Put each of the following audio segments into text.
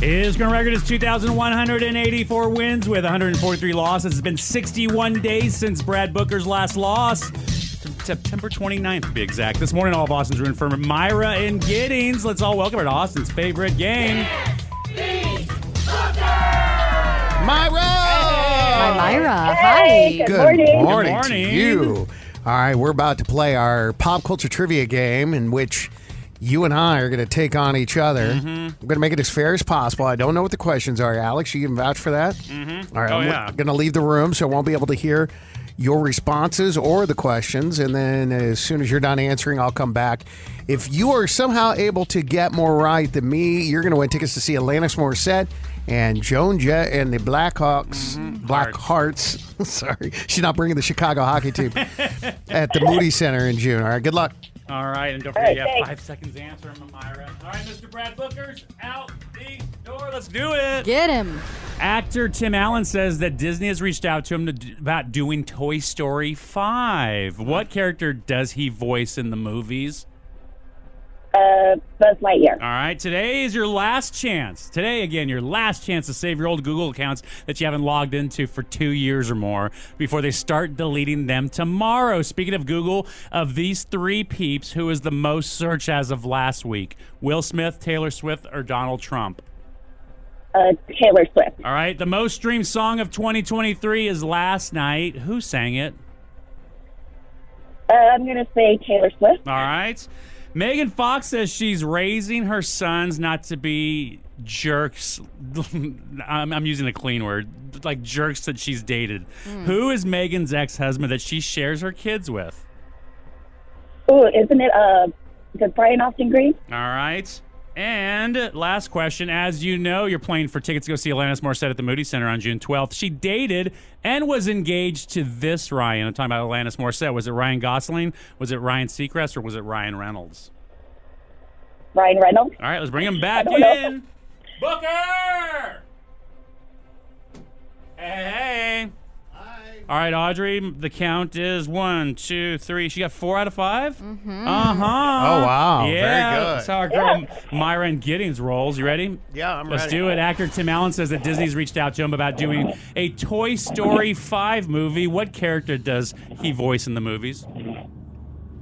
His current record is 2,184 wins with 143 losses. It's been 61 days since Brad Booker's last loss. September 29th, to be exact. This morning, all of Austin's rooting for Myra and Giddings. Let's all welcome her to Austin's favorite game. Myra! Hi, Myra. Hey, Hi. good morning. Good to morning. you. All right, we're about to play our pop culture trivia game in which you and I are going to take on each other. Mm-hmm. I'm going to make it as fair as possible. I don't know what the questions are. Alex, you can vouch for that? Mm-hmm. All right, Oh, I'm yeah. going to leave the room so I won't be able to hear your responses or the questions. And then as soon as you're done answering, I'll come back. If you are somehow able to get more right than me, you're going to win tickets to see Atlantis Morissette and Joan Jett and the Blackhawks, Mm-hmm. Black Hearts. Sorry, she's not bringing the Chicago hockey team at the Moody Center in June. All right, good luck. All right, and don't All forget, right, you have five thanks. seconds to answer, Myra. All right, Mr. Brad Booker's out the door. Let's do it. Get him. Actor Tim Allen says that Disney has reached out to him to d- about doing Toy Story 5. What character does he voice in the movies? Uh, Buzz Lightyear. All right, today is your last chance. Today, again, your last chance to save your old Google accounts that you haven't logged into for two years or more before they start deleting them tomorrow. Speaking of Google, of these three peeps, who is the most searched as of last week? Will Smith, Taylor Swift, or Donald Trump? Uh, Taylor Swift. All right, the most streamed song of 2023 is Last Night. Who sang it? Uh, I'm gonna say Taylor Swift. All right. Megan Fox says she's raising her sons not to be jerks. I'm, I'm using a clean word, like jerks that she's dated. Who is Megan's ex husband that she shares her kids with? Ooh, isn't it? Uh, is it Brian Austin Green? All right. And last question. As you know, you're playing for tickets to go see Alanis Morissette at the Moody Center on June 12th. She dated and was engaged to this Ryan. I'm talking about Alanis Morissette. Was it Ryan Gosling? Was it Ryan Seacrest? Or was it Ryan Reynolds? Ryan Reynolds. All right, let's bring him back I don't know. in. Booker! Hey, hey. All right, Audrey, the count is one, two, three. She got four out of 5 Mm-hmm. Uh huh. Oh, wow. Very Yeah, good. That's how our girl Myra and Giddings rolls. You ready? Yeah, I'm Let's ready. do it. Actor Tim Allen says that Disney's reached out to him about doing a Toy Story 5 movie. What character does he voice in the movies?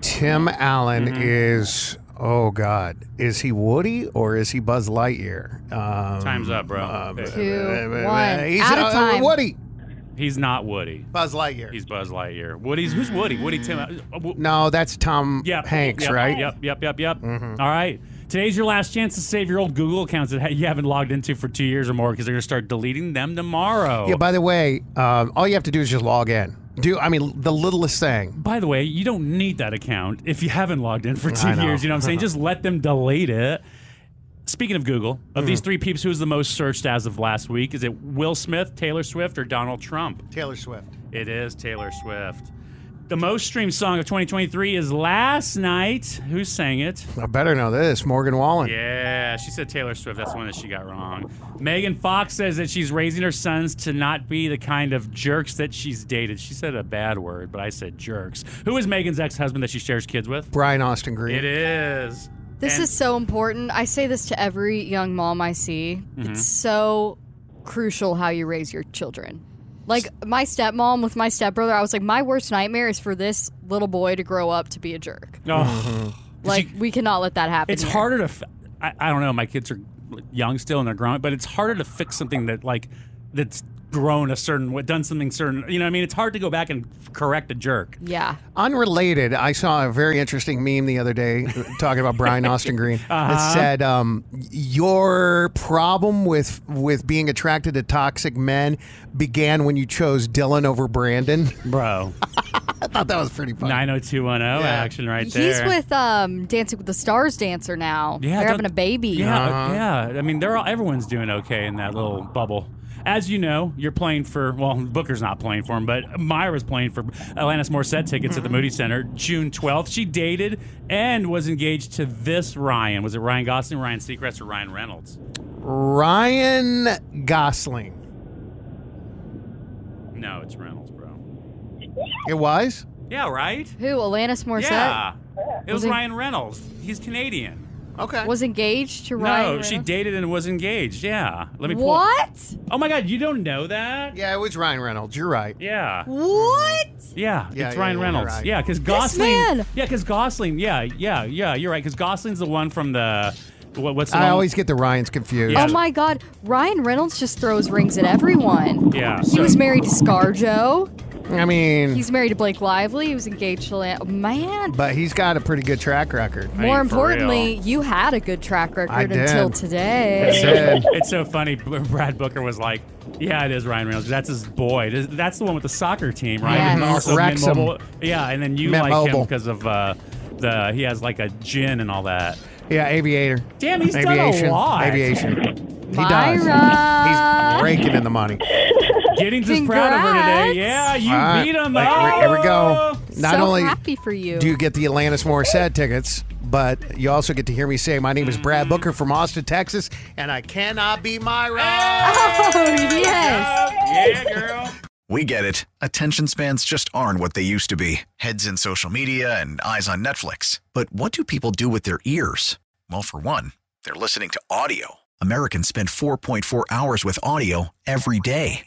Tim Allen Mm-hmm. is. Oh God, is he Woody or is he Buzz Lightyear? Um, Time's up, bro. Two, uh, one. He's Out of uh, time. Woody. He's not Woody. Buzz Lightyear. He's Buzz Lightyear. Woody's who's Woody? Woody Tim. uh, w- no, that's Tom Yep. Hanks, yep, right? Mm-hmm. Yep. Yep. Yep. Yep. All right. Today's your last chance to save your old Google accounts that you haven't logged into for two years or more because they're going to start deleting them tomorrow. Yeah. By the way, um, all you have to do is just log in. Do I mean the littlest thing? By the way, you don't need that account if you haven't logged in for two I know. years. You know what I'm saying? Just let them delete it. Speaking of Google, of Mm. these three peeps, who's the most searched as of last week? Is it Will Smith, Taylor Swift, or Donald Trump? Taylor Swift. It is Taylor Swift. The most streamed song of 2023 is Last Night. Who sang it? I better know this. Morgan Wallen. Yeah, she said Taylor Swift. That's the one that she got wrong. Megan Fox says that she's raising her sons to not be the kind of jerks that she's dated. She said a bad word, but I said jerks. Who is Megan's ex husband that she shares kids with? Brian Austin Green. It is. This And- is so important. I say this to every young mom I see. Mm-hmm. It's so crucial how you raise your children. Like my stepmom with my stepbrother, I was like, my worst nightmare is for this little boy to grow up to be a jerk. Oh, Like we cannot let that happen. it's here. harder to. F- I, I don't know. My kids are young still and they're grown, but it's harder to fix something that like that's grown a certain way, done something certain. You know, what I mean, it's hard to go back and correct a jerk. Yeah. Unrelated, I saw a very interesting meme the other day talking about Brian Austin Green. Uh-huh. It said, um, "Your problem with with being attracted to toxic men began when you chose Dylan over Brandon." Bro, thought that was pretty funny. 90210 Yeah. action right there. He's with um Dancing with the Stars dancer now. Yeah, They're don't- having a baby. Yeah, yeah. I mean, they're all everyone's doing okay in that little bubble. As you know, you're playing for well, Booker's not playing for him, but Myra's playing for Alanis Morissette tickets Mm-hmm. at the Moody Center June 12th. She dated and was engaged to this Ryan. Was it Ryan Gosling, Ryan Seacrest, or Ryan Reynolds? Ryan Gosling. No, it's Reynolds, bro. It was? Yeah, right. Who? Alanis Morissette Yeah, it was Was he- Ryan Reynolds. He's Canadian. Okay. was engaged to no, Ryan. she Reynolds? dated and was engaged. Yeah, let me pull. What? Oh my God, you don't know that? yeah, it was Ryan Reynolds. You're right. Yeah. What? Yeah, Yeah, it's yeah, Ryan yeah, you're Reynolds. right. Yeah, because Gosling. man! Yeah, because Gosling. Yeah, yeah, yeah. You're right. Because Gosling's the one from the. What, what's the I one- always get the Ryans confused. Yeah. Oh my God! Ryan Reynolds just throws rings at everyone. Yeah, He so- was married to ScarJo. I mean, He's married to Blake Lively. He was engaged to Lan- man. but he's got a pretty good track record. mean, More for importantly, you had a good track I record did. until It's today. so, Ted. it's so funny. B- Brad Booker was like, "Yeah, it is Ryan Reynolds. That's his boy. It is- That's the one with the soccer team, right? And Yes. also Mint Wrexham. Mobile. Yeah, and then you Mint like him Mobile. because of uh, the he has like a gin and all that. Yeah, aviator. Damn, he's done a aviation, lot. Aviation. He Myra. does. He's raking in the money. Getting's is proud of her Congrats. today. Yeah, you All right. beat him. Like, here, here we go. Oh! Not so only happy for you. do you get the Alanis Morissette tickets, but you also get to hear me say, "My name is Brad Booker from Austin, Texas, and I cannot be Myra." oh yes. Yeah, girl. We get it. Attention spans just aren't what they used to be heads in social media and eyes on Netflix. But what do people do with their ears? Well, for one, they're listening to audio. Americans spend 4.4 hours with audio every day.